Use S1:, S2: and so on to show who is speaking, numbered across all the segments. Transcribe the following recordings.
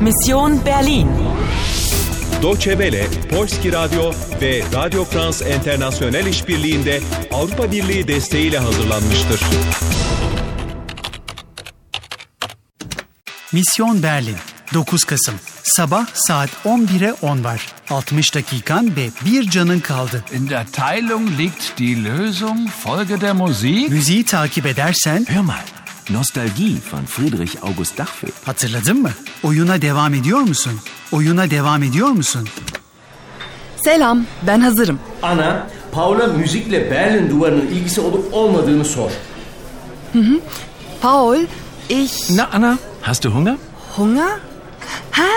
S1: Mission Berlin.
S2: Deutsche Welle, Polski Radyo ve Radio France International işbirliğinde Avrupa Birliği desteğiyle hazırlanmıştır.
S3: Misyon Berlin 9 Kasım Sabah saat 11'e 10 var. 60 dakikan ve bir canın kaldı.
S4: In der Teilung liegt die Lösung. Folge der Musik.
S3: Müziği takip edersen
S5: Hör mal, Nostalgie von Friedrich August Dachfeld.
S3: hatırladın mı? Oyuna devam ediyor musun? Oyuna devam ediyor musun?
S6: Selam, ben hazırım.
S7: Ana, Paula müzikle Berlin duvarının ilgisi olup olmadığını sor.
S6: Paul, ich
S5: Na, Anna, hast du Hunger?
S6: Hunger? Ha,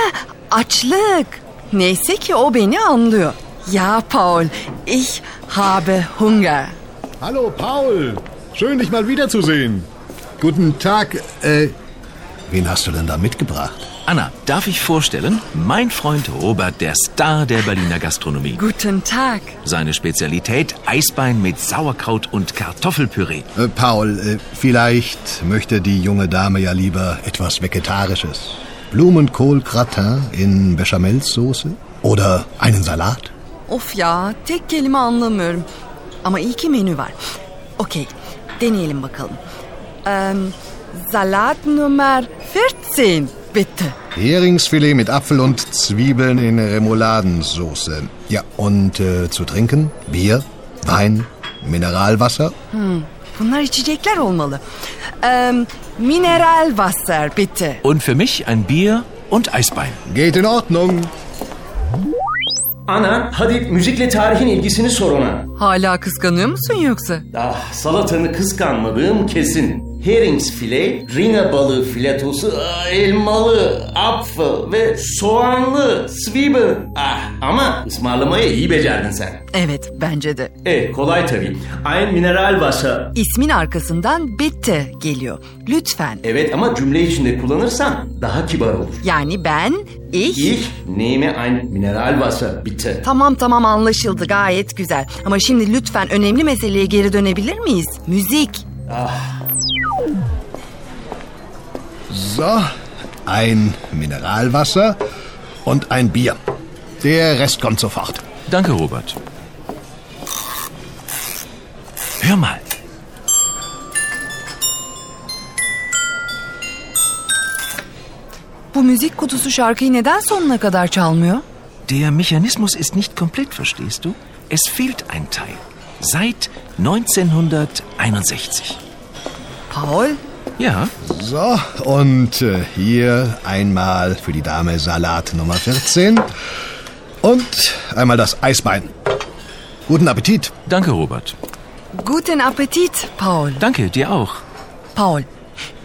S6: açlık. Neyse ki o beni anlıyor. Ya Paul, ich habe Hunger.
S8: Hallo Paul, schön dich mal wiederzusehen. Guten Tag, äh, wen hast du denn da mitgebracht?
S5: Anna, darf ich vorstellen? Mein Freund Robert, der Star der Berliner Gastronomie.
S6: Guten Tag.
S5: Seine Spezialität Eisbein mit Sauerkraut und Kartoffelpüree.
S8: Äh, Paul, äh, vielleicht möchte die junge Dame ja lieber etwas Vegetarisches. Blumenkohl-Gratin in Bechamelsoße oder einen Salat?
S6: Of ya, tek kelime anlamıyorum. Ama iyi ki menü var. Okey, deneyelim bakalım. Eee, Salat nummer 14, bitte.
S8: Heringsfilet mit Apfel und Zwiebeln in Remouladensoße. Ja, und äh, zu trinken? Bier, Wein, Mineralwasser?
S6: Bunlar içecekler olmalı. Eee, mineral Wasser, bitte.
S5: Und für mich ein Bier und Eisbein.
S8: Geht in Ordnung.
S7: Ana, hadi müzikle tarihin ilgisini sor ona.
S6: Hala kıskanıyor musun yoksa?
S7: Ah, salatanı kıskanmadığım kesin. Herrings file, rina balığı filetosu, ah, elmalı, apfel ve soğanlı, zwiebel. Ah, ama ısmarlamayı iyi becerdin sen.
S6: Evet, bence de.
S7: E, kolay tabii. Ein mineral vasa.
S6: İsmin arkasından bitte geliyor. Lütfen.
S7: Evet ama cümle içinde kullanırsan daha kibar olur.
S6: Yani ben, ich...
S7: Ich nehme ein mineral vasa, bitte.
S6: Tamam tamam anlaşıldı gayet güzel. Ama şimdi lütfen önemli meseleye geri dönebilir miyiz? Müzik.
S8: So, ein Mineralwasser und ein Bier. Der Rest kommt sofort.
S5: Danke, Robert. Hör mal.
S6: Bu müzik kutusu şarkıyı neden sonuna kadar çalmıyor?
S5: Der Mechanismus ist nicht komplett, verstehst du? Es fehlt ein Teil. Seit 1961.
S6: Paul,
S5: Ja,
S8: So, und äh, hier einmal für die Dame Salat Nummer 14 und einmal das Eisbein. Guten Appetit.
S5: danke, Robert.
S6: guten Appetit Paul.
S5: Danke, dir auch.
S6: Paul,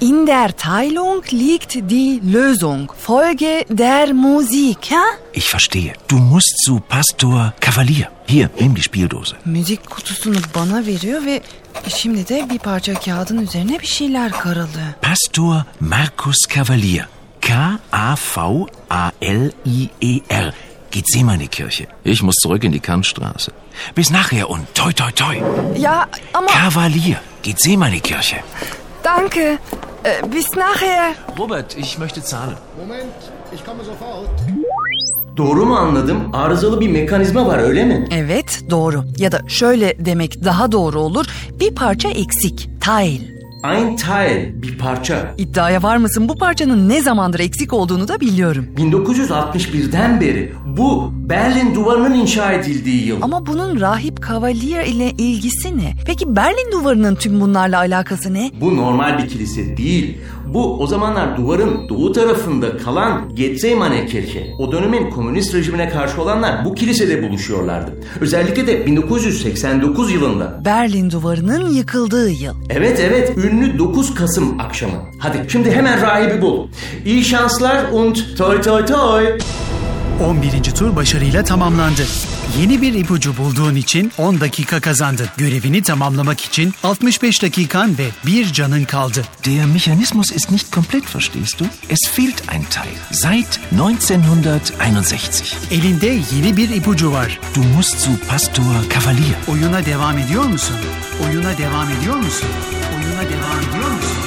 S6: in der Teilung liegt die Lösung. Folge der Musik, ha?
S5: Ich verstehe. Du musst zu Pastor Kavalier. Hier, nimm die Spieldose.
S6: Müzik kutusunu bana veriyor ve şimdi de bir parça kağıdın üzerine bir şeyler karalı.
S5: Pastor Markus Kavalier. K-A-V-A-L-I-E-R. Gethsemane Kirche. Ich muss zurück in die Kantstraße. Bis nachher und toi toi toi.
S6: Ya ama
S5: Kavalier. Gethsemane Kirche.
S6: danke. Ee, Bis nachher.
S5: Robert, ich möchte zahlen.
S8: Moment, ich komme sofort.
S7: Doğru mu anladım? Arızalı bir mekanizma var öyle mi?
S6: Evet doğru ya da şöyle demek daha doğru olur bir parça eksik tail.
S7: Ein Teil bir parça.
S6: İddiaya var mısın bu parçanın ne zamandır eksik olduğunu da biliyorum.
S7: 1961'den beri bu Berlin duvarının inşa edildiği yıl.
S6: Ama bunun rahip Cavalier ile ilgisi ne? Peki Berlin duvarının tüm bunlarla alakası ne?
S7: Bu normal bir kilise değil. Bu o zamanlar duvarın doğu tarafında kalan Getsemane Kirche. O dönemin komünist rejimine karşı olanlar bu kilisede buluşuyorlardı. Özellikle de 1989 yılında.
S6: Berlin duvarının yıkıldığı yıl.
S7: Evet evet ünlü 9 Kasım akşamı. Hadi şimdi hemen rahibi bul. İyi şanslar und toy toy toy.
S3: 11. tur başarıyla tamamlandı. Yeni bir ipucu bulduğun için 10 dakika kazandın. Görevini tamamlamak için 65 dakikan ve bir canın kaldı.
S5: Der Mechanismus ist nicht komplett, verstehst du? Es fehlt ein Teil. Seit 1961.
S3: Elinde yeni bir ipucu var.
S5: Du musst zu Pastor Kavalier.
S3: Oyuna devam ediyor musun? Oyuna devam ediyor musun? Oyuna devam ediyor musun?